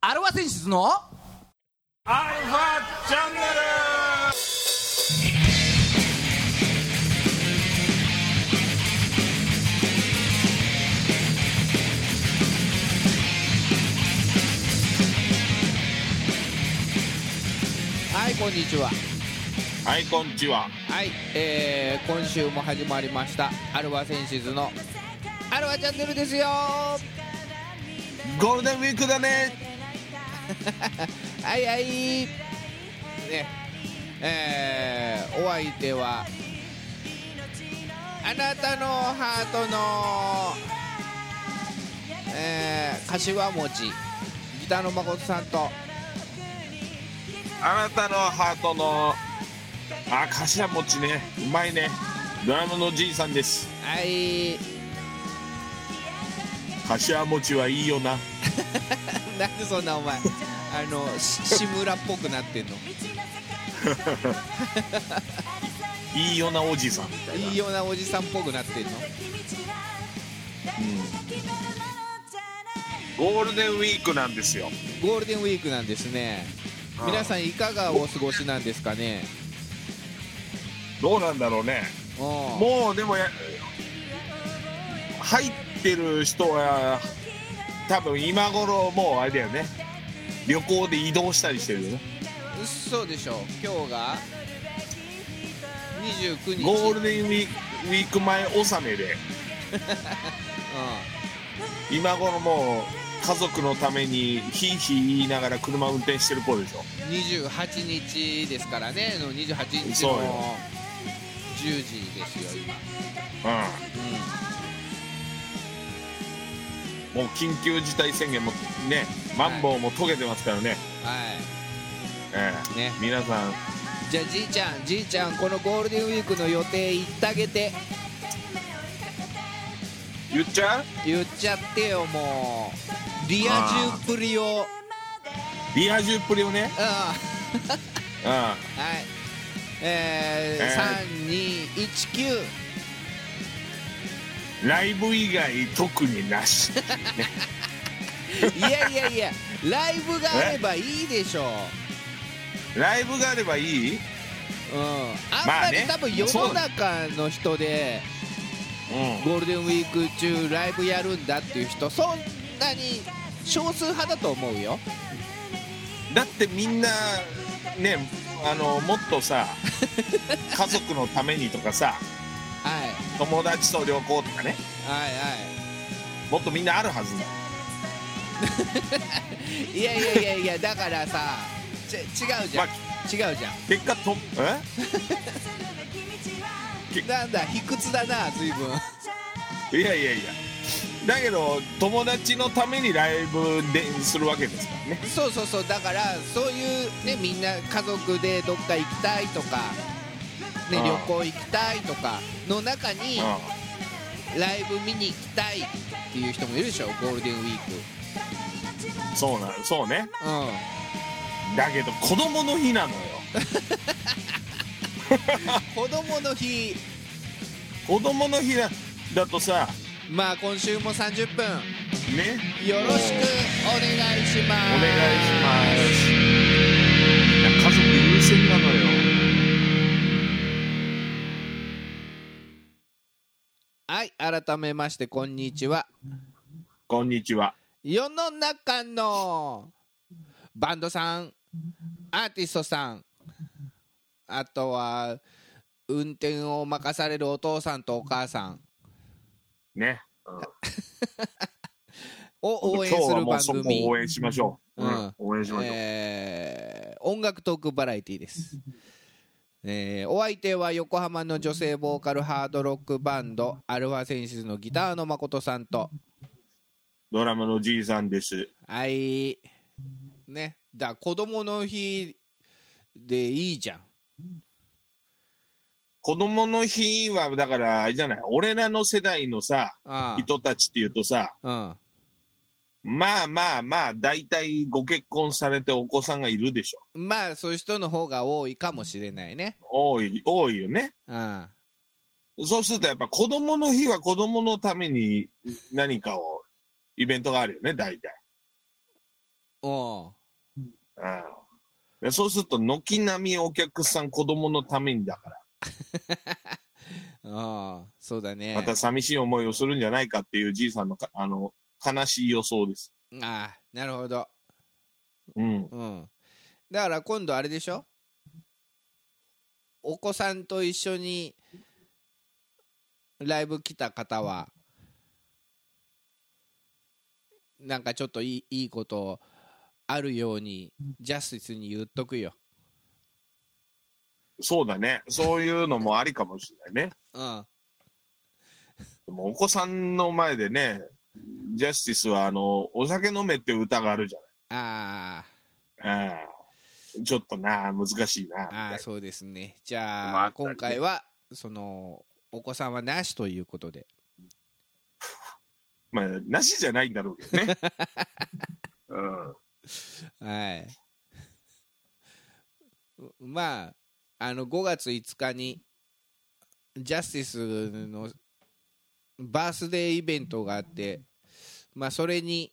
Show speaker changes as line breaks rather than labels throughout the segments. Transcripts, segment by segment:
アルファ選出の
アルファチャンネル
はいこんにちは
はいこんにちは
はい、えー今週も始まりましたアルファ選出のアルファチャンネルですよは
ゴールデンウィークだね
いはいねえーお相手はあなたのハートのえー柏餅ギターの誠さんと
あなたのハートのあ頭餅ねうまいねドラムのじいさんです
はい
頭餅はいいよな
なんでそんなお前あのし 志村っぽくなって んの
いいよなおじさんみたいない
いようなおじさんっぽくなってんの
ゴールデンウィークなんですよ
ゴールデンウィークなんですね皆さ
ん
んいかがお過ごしなんですかね
どうなんだろうね
も
もうでもや入ってる人は多分今頃もうあれだよね旅行で移動したりしてるよね
うそうでしょ今日が29日
ゴー
う
ル
ん、
デンウィークウィーク前納めで今頃もう家族のためにひいひい言いながら車運転してる子でしょ
28日ですからねの28日の
そうよ
10時ですよ今、
うんもう緊急事態宣言もねマンボウも遂げてますからね、
はい
ええ
ね
皆さん
じゃあじいちゃんじいちゃんこのゴールデンウィークの予定言ってあげて
言っちゃう
言っちゃってよもうリア充っぷりを
リア充っぷりをね
あ
うん
あはいえー
え
3219
ライブ以外特にな し
いやいやいやライブがあればいいでしょう、
ライブがあればいい、
うん、あん
ま
ま
あ
り
ね
多分世の中の人で
うん、
ゴールデンウィーク中ライブやるんだっていう人そんなに少数派だと思うよ
だってみんなねあのもっ とさ家族のためにとかさ
はい
友達と旅行とかね
はい
もっとみんなあるはずだ
はいいやいやいやいやだからさち違うじゃん、
ま
違うじゃん
結果とえ
なんだ卑屈だな随分
いやいやいやだけど友達のためにライブでするわけですからね
そうそうそうだからそういうねみんな家族でどっか行きたいとか、ね、
うん
旅行行きたいとかの中にライブ見に行きたいっていう人もいるでしょゴールデンウィーク
うんそうなそうね
うん
だけど子供の日なのよ
子供の日
子供の日だだとさ
まあ今週も30分
ね
よろしくお願いしま
お
す
願いしますいや家族優先なのよ
はい改めましてこんにちは
こんにちは
世の中のバンドさんアーティストさんあとは運転を任されるお父さんとお母さん
ね、
を応援す
今日は
る
もう
番
そこ
組
を応援しましょう、
う
うんん、応援しましょう、
えー音楽トークバラエティーです、えーお相手は横浜の女性ボーカルハードロックバンドアルファセンシスのギターの誠さんと
ドラムのじいさんです
はいねだ子供の日でいいじゃん
子供の日はだからあれじゃない俺らの世代のさ
あ
人たちっていうとさ
あ
まあまあまあ大体ご結婚されてお子さんがいるでしょ
うんまあそういう人の方が多いかもしれないね
多い多いよね
うん
そうするとやっぱ子供の日は子供のために何かをイベントがあるよね大体
うん
うんでそうすると軒並みお客さん子供のためにだから
ああそうだね
また寂しい思いをするんじゃないかっていうじいさんのかあの悲しい予想です、
ああなるほど
うん、
うんだから今度あれでしょお子さんと一緒にライブ来た方はなんかちょっといいいいことあるようにジャスティスに言っとくよ
そうだねそういうのもありかもしれないね
うん
でもお子さんの前でねジャスティスはあのお酒飲めっていう歌があるじ
あ
ゃない、うん、ちょっとな難しいなみ
あ
たい
ああ
な
そうですねじ
ま
ゃ
あ
あ今回はそのお子さんはなしということで
まあなしじゃないんだろうけ どね、うん、
はい。 うまあ、あの5月5日にジャスティスのバースデーイベントがあって、まあ、それに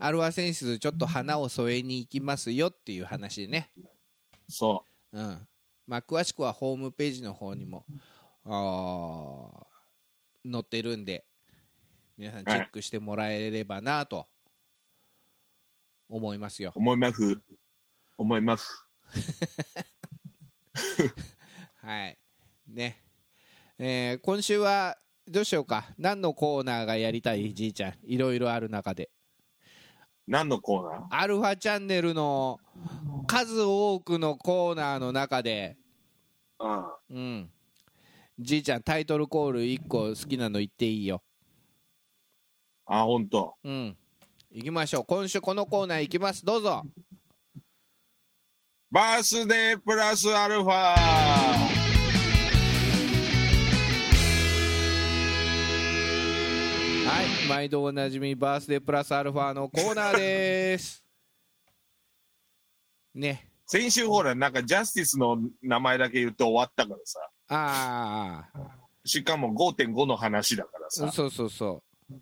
アルワセンシスちょっと花を添えに行きますよっていう話でね、
そう
うんまあ、詳しくはホームページの方にもあー載ってるんで皆さんチェックしてもらえればなと思いますよ。
思います。思います。
はい。ね。えー今週はどうしようか。何のコーナーがやりたいじいちゃん。いろいろある中で。
何のコーナー
アルファチャンネルの数多くのコーナーの中で、
あ
うん。じいちゃん、タイトルコール1個好きなの言っていいよ。
あ、ほんと。
うん。行きましょう。今週このコーナー行きます。どうぞ。
バースデープラスアルファ
はい。毎度おなじみ、バースデープラスアルファのコーナーです。ね。
先週ほら、なんかジャスティスの名前だけ言って終わったからさ。
ああ。
しかも5.5の話だからさ。
そうそうそう。
う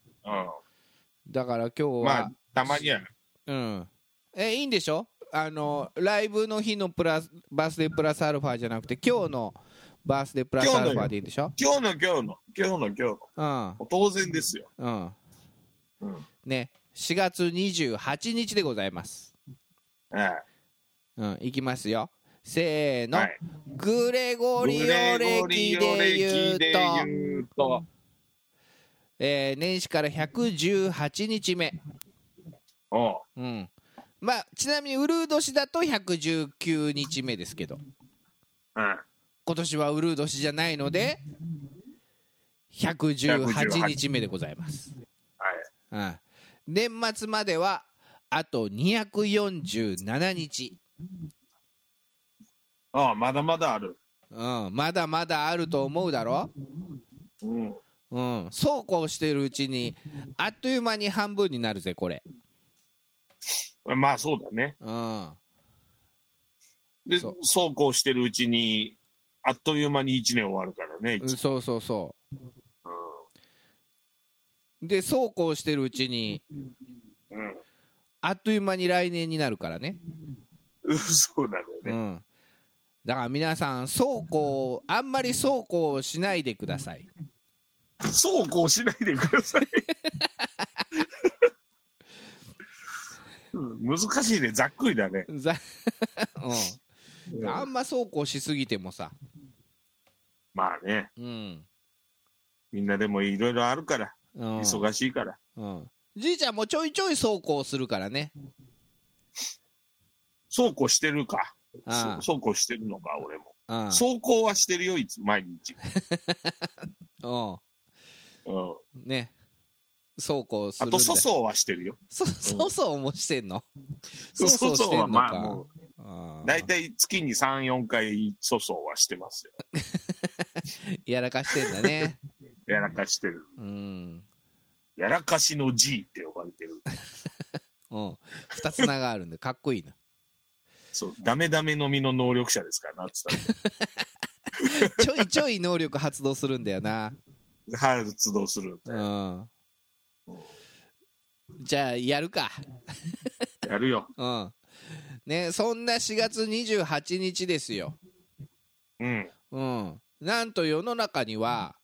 だから今日は、
ん。まあ、たまには。
うんえいいんでしょあのライブの日のプラスバースデープラスアルファじゃなくて今日のバースデープラスアルファでいいんでしょ
今日の今日の、今日の今日の。
うん
当然ですよ。
うん
うん。
ね4月28日でございます
は
うんいきますよせー
い。
の、
はい。
グレゴリオ歴で言うと
言うと。
えー年始から118日目
おう
うんまあちなみにウルー年だと119日目ですけど
うん。
今年はウルー年じゃないので118日目でございます、
はい。
うん、年末まではあと247日、
ああ、まだまだある。
うん、まだまだあると思うだろ、
うん。
うん、そうこうしてるうちにあっという間に半分になるぜこれ、
まあ、そうだね。
うん、
で、
そ
そううこうしてるうちに、あっという間に1年終わるからね、一
そうそうそうでそうこうしてるうちに
うん
あっという間に来年になるからね
うん、そうなんだ
う
よね。
ん、だから皆さんそうこうあんまりそうこうしないでください
そうこうしないでくだ さい。うん難しいね、ざっくりだね。
ざ、 うん、あんまそうこうしすぎてもさ、
まあね、
うん
みんなでもいろいろあるから、
うん
忙しいから。
うん、じいちゃんもちょいちょいそうこうするからね
そうこうしてるか。
ああ
そうこうしてるのか、俺も。
うん
そうこうはしてるよ、いつ毎日。
う
うん、
んねそうこうす
あ
るんだ
と、粗相はしてるよ。
そそうそうもしてんのそうそ
粗
うし
相
てんの
は
か、
まあ、も
あ
う、
ー
大体月に3、4回粗相はしてますよ。
やらかしてんだね
やらかしてる。
うん、
やらかしの G って呼ばれてる。
うん、二つ名があるんでかっこいいな
そう、ダメダメのみの能力者ですからな、つった
ちょいちょい能力発動するんだよな
ら。発動する。
うんじゃあやるか
やるよ
うんねそんな4月28日ですよ
うん
うんなんと世の中には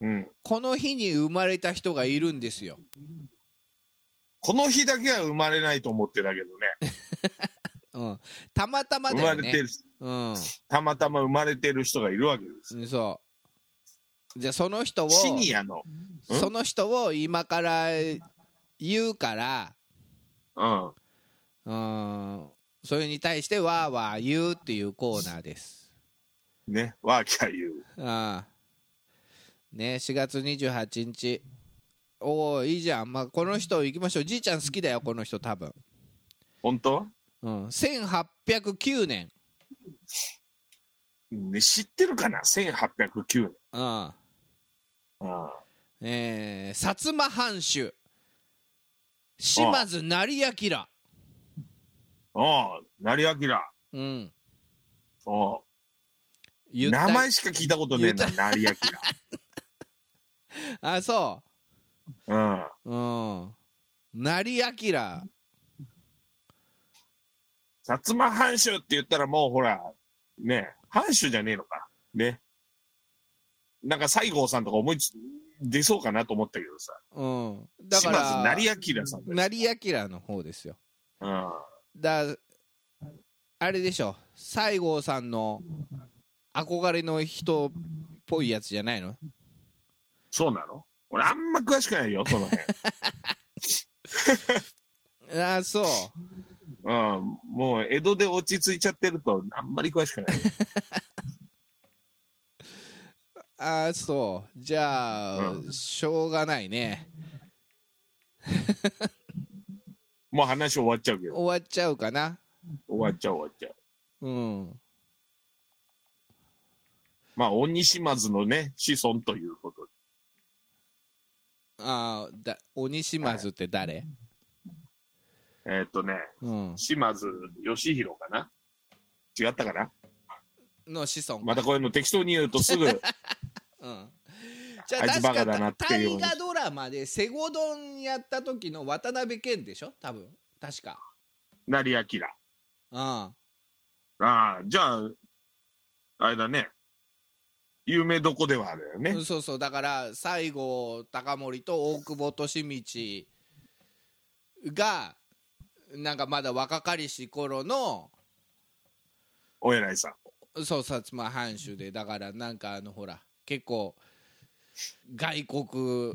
うん
この日に生まれた人がいるんですよ
この日だけは生まれないと思ってたけどね
うんたまたま
生
だ
ま
よ
れ
ね
てる
うん
たまたま生まれてる人がいるわけです
うんそうじゃあその人を
シニアのうん
その人を今から言うから
うん
うんそれに対してわーわー言うっていうコーナーです
ねワーキャー言う
ああね4月28日おおいいじゃん、まあ、この人行きましょうじいちゃん好きだよこの人多分、
本当、
うん、1809年、
ね、知ってるかな1809年
うん
うん
えー、薩摩藩主島津成明
ああ成明
うん
ああ
言った
名前しか聞いたことねえな成明
あそ
うん
ううん成明
薩摩藩主って言ったらもうほらね藩主じゃねえのかねなんか西郷さんとか思いつ出そうかなと思ったけどさ
うんだか
島津
ら
成明さんだよ
成明の方ですよ
うん
だあれでしょ西郷さんの憧れの人っぽいやつじゃないの
そうなの俺あんま詳しくないよその 辺
ああそう
うんもう江戸で落ち着いちゃってるとあんまり詳しくない
ああそうじゃあ、
う
しょうがないね
もう話終わっちゃうけど
終わっちゃうかな
終わっちゃう終わっちゃう
うん
まあ鬼島津のね子孫ということで
ああだ鬼島津って誰、
えーっ、とね
うん
島津義弘かな違ったかな
の子孫か
またこういうの適当に言うとすぐ
うんじゃあ
あいつ
確
バ
か
カだなっていうよう
大
に
河ドラマでセゴドンやった時の渡辺謙でしょ多分確か
成明
うん
ああじゃああれだね有名どこではあるよね
うんそうそうだから西郷隆盛と大久保利通がなんかまだ若かりし頃の
お偉いさん
そう薩摩藩主でだからなんかあのほら結構外国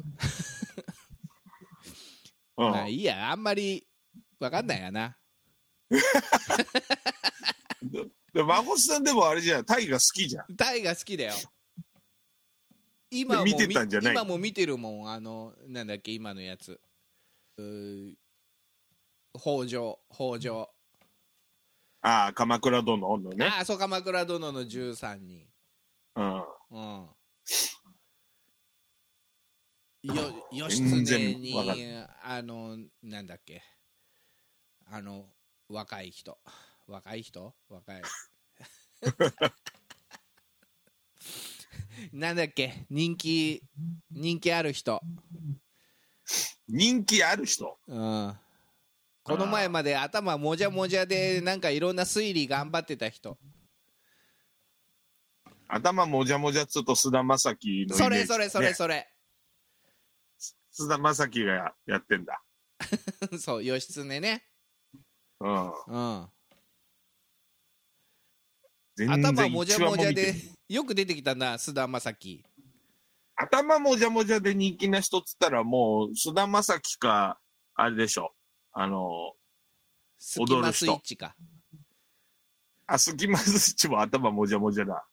うん、
まあいいやあんまり分かんないやな
で孫さんでもあれじゃんタイが好きじゃん
タイが好きだよ今も
見てたんじゃない
今も見てるもんあのなんだっけ今のやつうー北条北条
ああ鎌倉殿のね
ああそう鎌倉殿の13人
うん
うんよ義経に
全然わかん
あのなんだっけあの若い人若い人若い なんだっけ人気人気ある人、
人気ある人
うん、この前まで頭もじゃもじゃでなんかいろんな推理頑張ってた人
頭もじゃもじゃっつうと菅田将暉の
そ
イメー
れ
ジ
それそれ
ね
それ、
菅田将暉がやってんだ
そう義経ね
うん
うん
全然
頭もじゃもじゃで
一話見てない
よく出てきたな須田将暉
頭もじゃもじゃで人気な人っつったらもう菅田将暉かあれでしょあの
スキマスイッチか
あ、スキマスイッチも頭もじゃもじゃだ。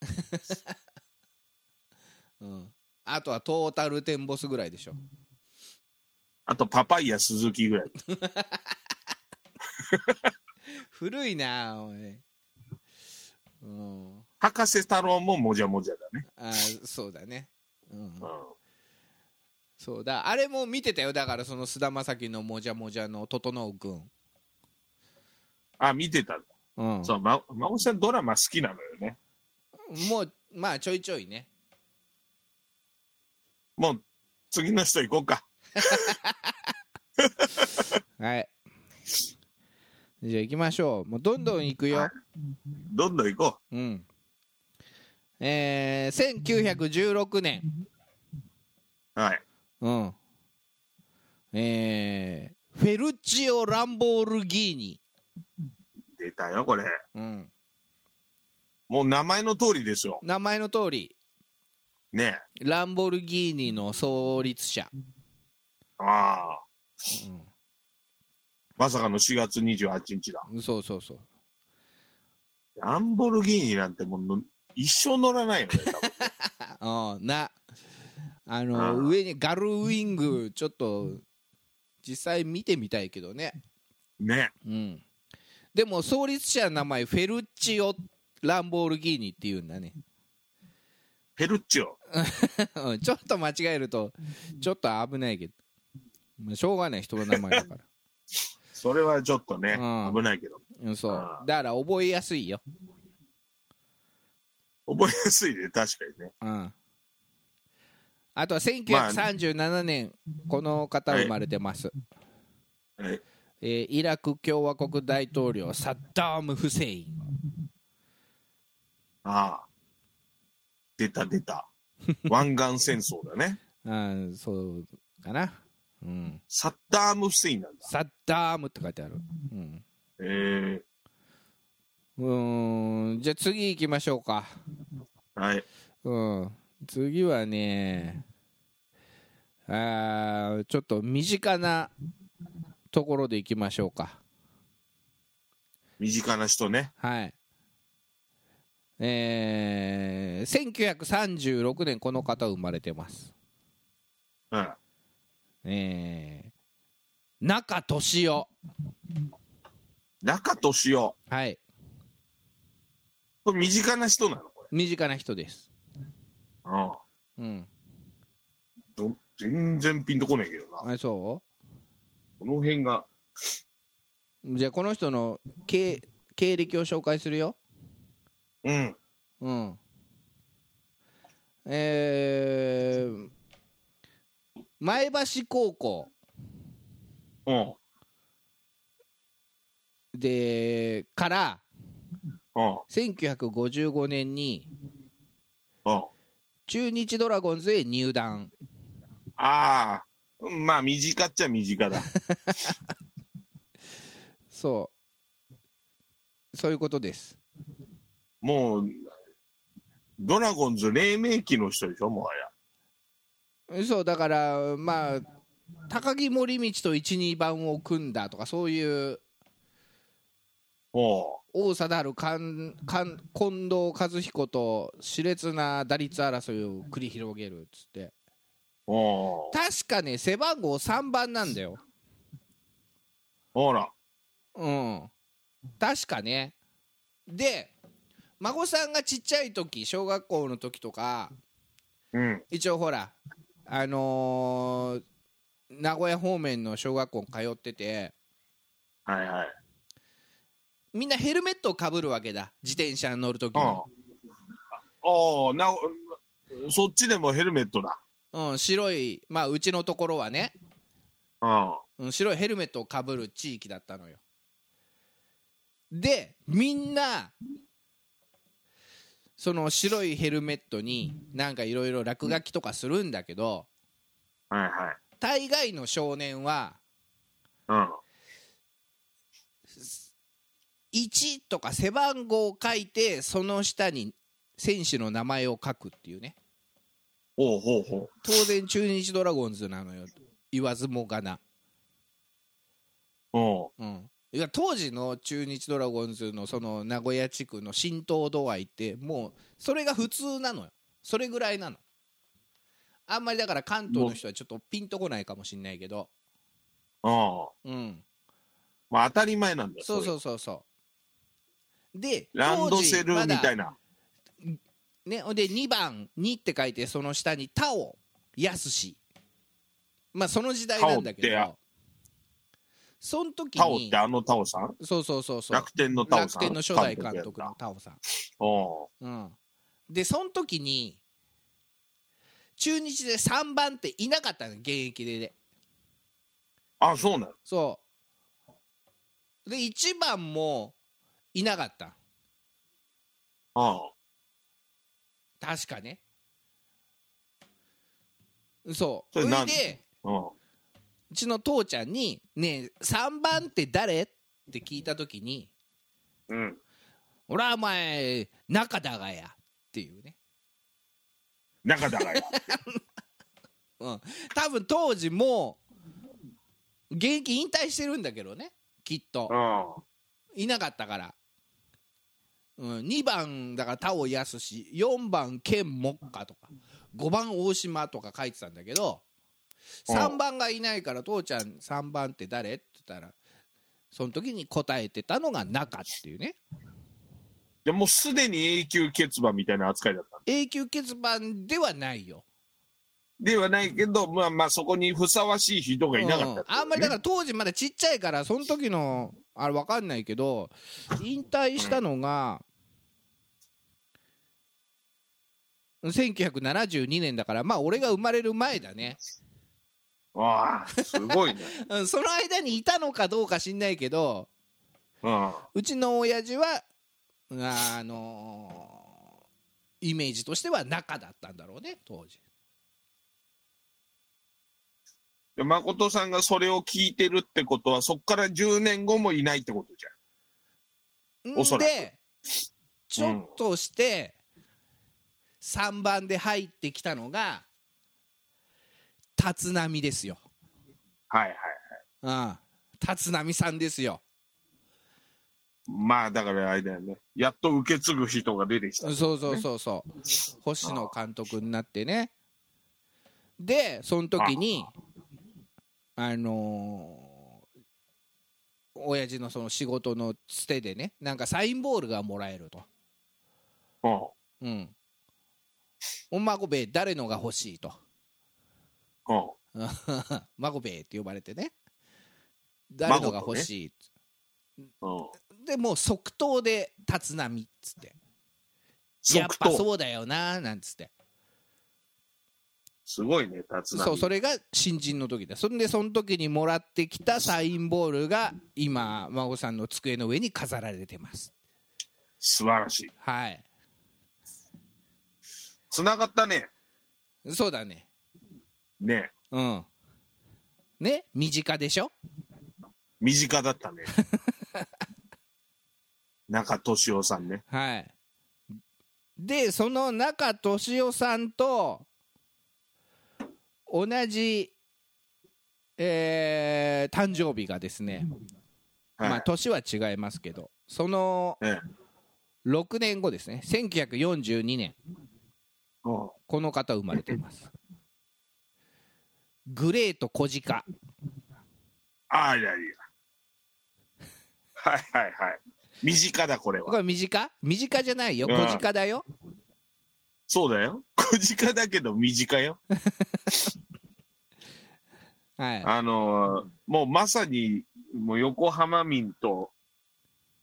うん、あとはトータルテンボスぐらいでしょ
あと、パパイヤ鈴木ぐらい。
古いなおい、うん、
博士太郎ももじゃもじゃだね。
あそうだね、うん
うん、
そうだあれも見てたよだからその菅田将暉のもじゃもじゃの整君
あ、見てた。
うん
そう、ま、孫さんドラマ好きなのよね。
もうまあちょいちょいね
もう、次の人行こうか。
はいじゃあ行きましょうもうどんどん行くよ、
どんどん行こ
うんえー、1916年
う。はい。
うんえー、フェルチオ・ランボルギーニ、
出たよ、これ。
うん、
もう名前の通りですよ。
名前の通り
ね
ランボルギーニの創立者、
え。ああ。まさかの4月28日だ。
うん、そうそうそう
ランボルギーニなんてもうの一生乗らないよね、多 分
あうんなあ
あ
の
ー
上にガルウィングちょっと実際見てみたいけどね
ね
うんでも創立者の名前フェルチオ・ランボルギーニっていうんだね
ペルッチオ。
うんちょっと間違えるとちょっと危ないけど、まあしょうがない人の名前だから
それはちょっとね、
うん
危ないけど。
うんそう
あ
だから覚えやすいよ、
覚えやすいね、確かにね。
うん、あとは1937年、この方生まれてます、
はい
えーイラク共和国大統領サッダーム・フセイン
ああ。出た出た。湾岸戦争だね。
うん、そうかな、うん、
サッダーム・フセインなんだ。
サッダームって書いてある、うん、
え
うーんじゃあ次行きましょうか、
えはい。
うん、次はねあーちょっと身近なところで行きましょうか
身近な人ね。
はいえー、1936年この方生まれてます
うん。
えー、中俊夫
中俊夫。
はい
これ身近な人なのこれ。
身近な人です
うん。
うん
ど全然ピンとこないけどな。
あそう
この辺が。
じゃあこの人の経経歴を紹介するよ。
うん。
うん。えー、前橋高校
うん。
でから
うん。
1955年に
うん。
中日ドラゴンズへ入団。
ああ。うんまあ、身近っちゃ身近だ。
そう。そういうことです。
もう、ドラゴンズ黎明期の人でしょ、もはや。
そうだからまあ高木森道と1、2番を組んだとかそういう
おう
王貞治勘勘近藤和彦と熾烈な打率争いを繰り広げるっつって
おう
確かね背番号3番なんだよ
ほら。
うん確かねで孫さんがちっちゃい時小学校の時とか
うん。
一応ほらあのー名古屋方面の小学校通ってて
はいはい。
みんなヘルメットをかぶるわけだ自転車に乗る時
うん
も、。
おうなお、そっちでもヘルメットだ。
うん、白いまあうちのところはね
うん。
うん白いヘルメットをかぶる地域だったのよでみんなその白いヘルメットになんかいろいろ落書きとかするんだけど
はいはい。
大概の少年は
うん。
1とか背番号を書いてその下に選手の名前を書くっていうね
ほうほうほう。
当然中日ドラゴンズなのよ言わずもがな、
おう
うん、いや当時の中日ドラゴンズのその名古屋地区の浸透度合いってもうそれが普通なのよそれぐらいなのあんまりだから関東の人はちょっとピンとこないかもしんないけど
うん。
うん
まあ当たり前なんだよ。。
そうそううそうそうで
ランドセルみたい
な
な。
ねほんで2番「2」って書いてその下に「田尾やすし」まあその時代なんだけ
田尾っ
どその時
タオっ
に
てあのタオさん
そうそうそうそう
楽天のタオ
楽
さん
天の初代監督
やっ
のタオさん、
たおう
うん、でその時に中日で3番っていなかったの現役でね
あ、そうなの
そで1番もいなかった
ああ。
確かねそう
それ
それ
何
で
うん。
うちの父ちゃんに「ねえ3番って誰?」って聞いた時に
うん。
「俺はお前中田がや」っていうね、
中田がや。
うん、多分当時もう現役引退してるんだけどねきっと
うん。
いなかったから、うん、2番だから田尾康4番健目下とか5番大島とか書いてたんだけど
うん
3番がいないから父ちゃん3番って誰って言ったらその時に答えてたのが中っていうね
でもうすでに永久欠番みたいな扱いだった。
永久欠番ではないよ、
ではないけど、まあまあそこにふさわしい人がいなかったってことね、
うんあんまりだから当時まだちっちゃいからその時のあれわかんないけど引退したのが1972年だからまあ俺が生まれる前だね、
わあ、すごいね。
うん、その間にいたのかどうか知んないけど
うん。
うちの親父はあのイメージとしては中だったんだろうね当時
で、誠さんがそれを聞いてるってことは、そこから10年後もいないってことじおそらく
でちょっとして3番で入ってきたのが立浪ですよ、
ゃん。はいは
う
い。
ん、立浪さんですよ
まあだからあれだよね。やっと受け継ぐ人が出てきた。
そうそうそうそう星野監督になってねでその時にあのー親父のその仕事のつてでねなんかサインボールがもらえると
うん。
うんおまごべ誰のが欲しいと
うん。
マゴベーって呼ばれてね誰のが欲しいっつ、
うん。
でもう即答で立浪っつってやっ
即
ぱ
答。
そうだよななんつって
すごいね、立浪。
そうそれが新人の時だそんでその時にもらってきたサインボールが今孫さんの机の上に飾られてます
素晴らしい。
はい
つながったね。
そうだね
ね。
うんね身近でしょ
身近だったね。 中俊夫さんね。
はいでその中俊夫さんと同じ、えー誕生日がですね、
はい。
まあ年は違いますけどその
ええ
6年後ですね1942年
うん
この方生まれていますグレート小鹿
あいやいや。はいはいはい。身近だ、これ
これ
は。
は身近身近じゃないよ
うん
小鹿だよ、
そうだよ。 小近だけど身近よ。
はい
あのーもうまさに、もう横浜民と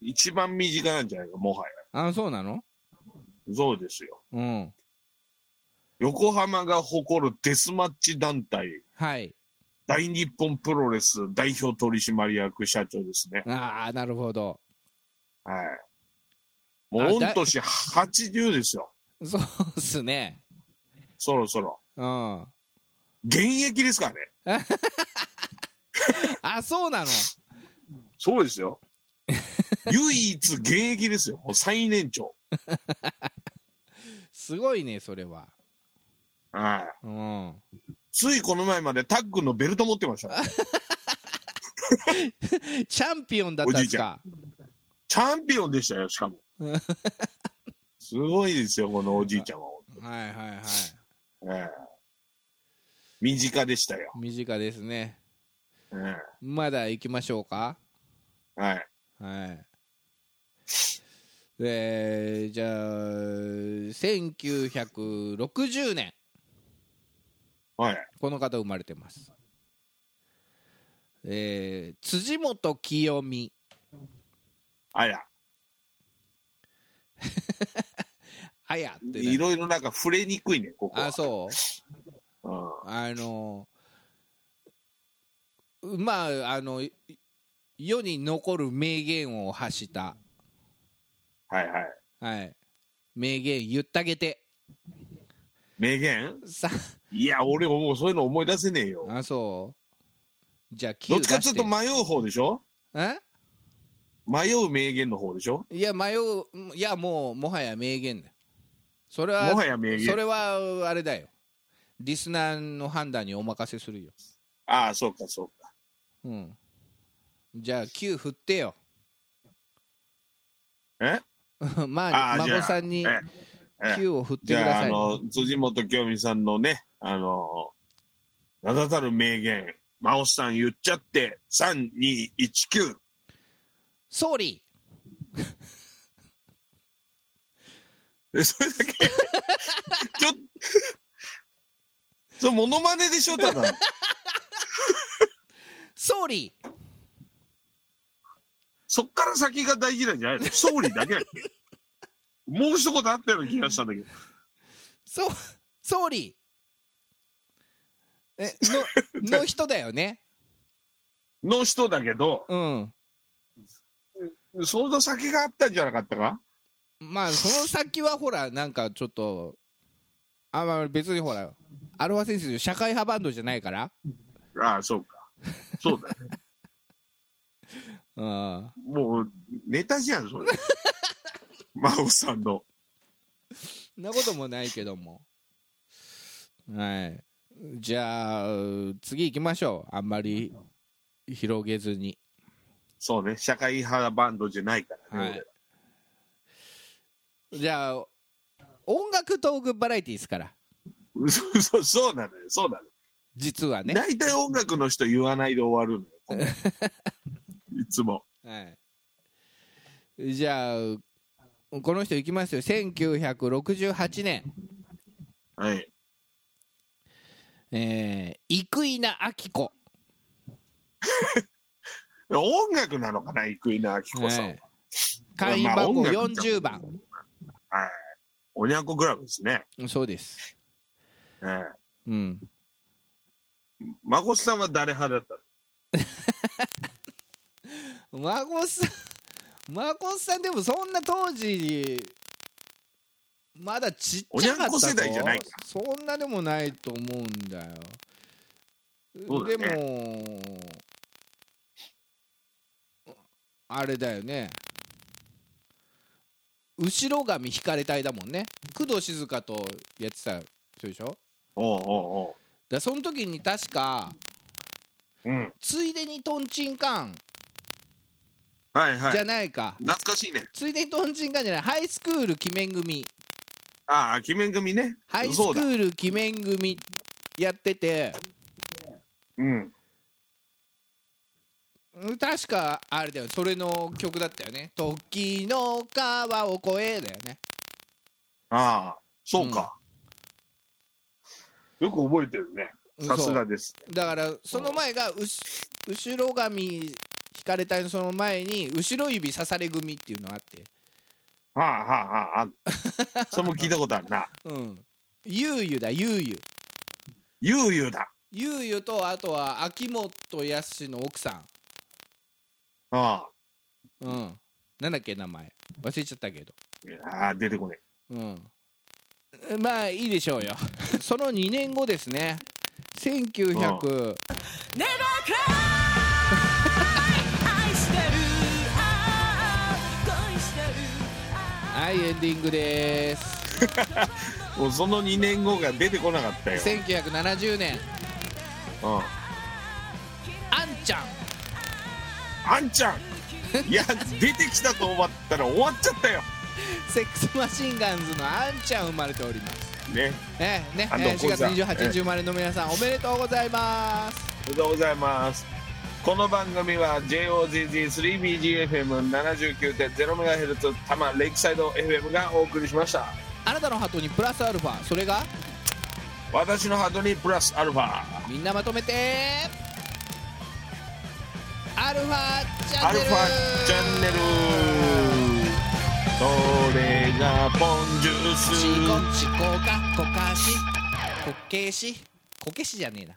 一番身近なんじゃないか、もはや。
あそうなの
そうですよ。
うん
横浜が誇るデスマッチ団体、
はい
大日本プロレス代表取締役社長ですね。
ああなるほど
はい。もう御年80ですよ。
そうっすね
そろそろ。
うん
現役ですからね。
あそうなの
そうですよ。唯一現役ですよ。もう最年長。
すごいねそれは
はい。
うん
ついこの前までタッグのベルト持ってました、ね。
チャンピオンだったんですか
チャンピオンでしたよ、しかも。すごいですよ、このおじいちゃんは。
はいはいはい
ええ身近でしたよ。
身近ですね
ええ
まだ行きましょうか
はい。
はい。えーじゃあ、1960年、
はい。
この方生まれてます。えー辻元清美。
あら、
あやって、
い
ね、
ろいろなんか触れにくいね、ここは。
あ、そう。
う。ん。
あのまあ、あの、い世に残る名言を発した、
はいはい。
はい、名言言ったげて
名言
さ
いや、俺もうそういうの思い出せねえよ。
あそうじゃあ
どっ
Q 出
ちかち
し
ょってと迷う方でしょ
え
迷う名言の方でしょ
いや迷ういやもうもはや名言だよそれは
もはや名
そ
言。
れはあれだよリスナーの判断にお任せするよ、
ああ、そうかそうか。
うん、じゃあ Q 振ってよ
え
ま
あ
あ
あ、じゃあ
孫さんに
えええ
Q を振って
じ
くだ
ゃあ、
さ
あ
い
の、辻元清美さんのね、あの、名だたる名言、真央さん言っちゃって、3219。
総理
えそれだけちょっと、それモノマネでしょ、ただの。
総理
そっから先が大事なんじゃないの総理だけだっけもう一言あったような気がしたんだけど。
そう総理え のの人だよね
の人だけど、
うん
その先があったんじゃなかったか
まあその先はほらなんかちょっとあまあ別にほらアルファセンス社会派バンドじゃないから
ああ、そうか。そうだね。
うん
もう、ネタじゃん、それ。真央さんの。
そんなこともないけどもはいじゃあ次行きましょうあんまり広げずに
そうね、社会派バンドじゃないからね。
はいじゃあ音楽トークバラエティーですから
俺そうそうそうなのよ、そうなのよ。
実はね、
大体音楽の人言わないで終わるのよ、 いつも。
はい、じゃあこの人いきますよ1968年
はい。
えー、生稲晃子
音楽なのかな、生稲晃子さんは。
はい会員番号
まあ音楽
40番、
おにゃんこクラブですね。
そうです
ええ
うん
孫さんは誰派だったの
孫さん 孫さんでもそんな当時まだちっちゃかったぞ
おにゃんこ世代じゃないか
そんなでもないと思うんだよ
そうだね
でもあれだよね後ろ髪引かれたいだもんね工藤静香とやってた人でしょだか
おうおうお
らその時に確か
う。うん。
ついでにトンチンカン
はいは
じゃ
い。
ないか、
懐かしいね。
ついでにトンチンカンじゃないハイスクール鬼面組
ああ、鬼面組ね。
ハイスク
そうだ。
ール鬼面組やってて
うん。
うん確かあれだよそれの曲だったよね「時の川を越え」だよね
ああ、そうか。よく覚えてるね。
うん
さす
そ
が
う
です。
だからその前がうし後ろ髪引かれたいのその前に後ろ指刺され組っていうのがあって
はあはあはああ。それも聞いたことあるな。
うんゆうゆだゆうゆ
ゆうゆうだ。
ゆうゆとあとは秋元康の奥さ
あ
んうんなんだっけ名前忘れちゃったけど
あ。ああ、出てこね
うん、まあいいでしょうよその2年後ですね1900
Never cry 愛してるああ恋してるあ
はいエンディングです
え。もうその2年後が出てこなかったよ。
1970年
うん。
あんちゃん
あんちゃん。いや、出てきたと思ったら終わっちゃったよ。
セックスマシンガンズのあんちゃん生まれております
ね。
ねね、
安
え
藤
ー4月
浩二さん
28日生まれの皆さんおめでとうございます
おめでとうございます。この番組は JOZZ3BGFM79.0MHz 多摩レイクサイド FM がお送りしました。
あなたのハートにプラスアルファそれが
私のハートにプラスアルファ。
みんなまとめてアルファチャ
ア
ンネ
ル
ル
ファチャンネル。それがポンジュー
チ
ス。
コチコがこかしこけしこけしじゃねえな